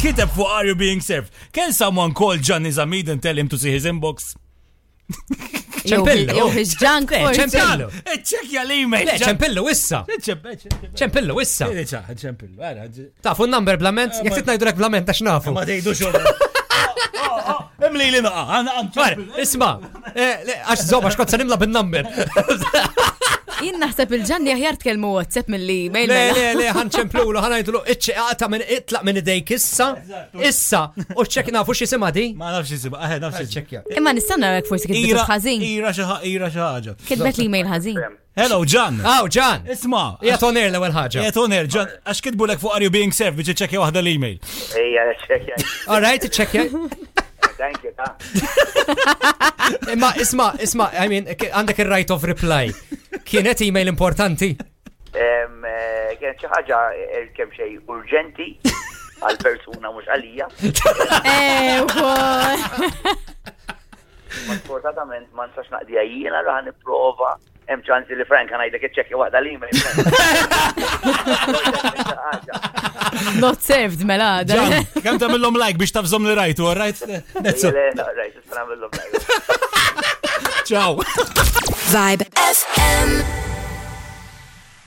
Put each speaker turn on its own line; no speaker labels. kiteb fuq Are You Being Served? Can someone call Gianni Zamid and tell him to see his inbox?
ċempillu.
Jew his junk
Le,
fortune.
ċempillu.
Eċċekja l-email.
Le, ċempillu issa. ċempillu issa.
ċempillu, għara.
Ta' fu number blament,
Eh, ma- Eh,
jek titnajdurek blament ta' xnafu.
Ma tejdu xorra. Emli li naqa, għana
Mar,
għan
isma, e eh, le, għax zoba xkot sanimla bin-number.
Jien naħseb il-ġanni aħjar tkellmu WhatsApp mill-li mail.
Le,
mela.
le, le, ħan ċemplulu, ħan e għajdulu, iċċeqata minn itlaq minn idejk issa, issa, u ċek nafu xisima di.
Ma nafx jisib, għahe nafx jisib.
ċekja.
Imma nistanna għek forsi kitbit ħażin.
ira xaħġa, ira xaħġa.
Kitbet li mail ħażin.
Hello, Gian.
Aw, ġan, e
Isma,
jgħat onir l-ewel ħagġa.
jgħet uner, Gian, għax kitbu l-ek fuq Are You Being Served biex ċekja wahda l-email.
Ejja, xekja,
Alright, ċekja.
thank you, ta.
Imma, isma, isma, e I mean, k- għandek il-right of reply. Kienet email importanti.
Em, eh, Kienet xi ħaġa eh, kemm xejn urġenti għal persuna mhux għalija.
إيه، Ewa.
ma Sfortunatament ma nistax naqdija jiena ra nipprova hemm ċansi li cioè, Frank ngħidlek iċċekkja waħda li Ah,
Not served mela. da.
Gian, kem tamillom like biex tafżom li rajtu, all right? That's all.
Rajt, nagħmlu l-lum
Ciao.
Vibe FM.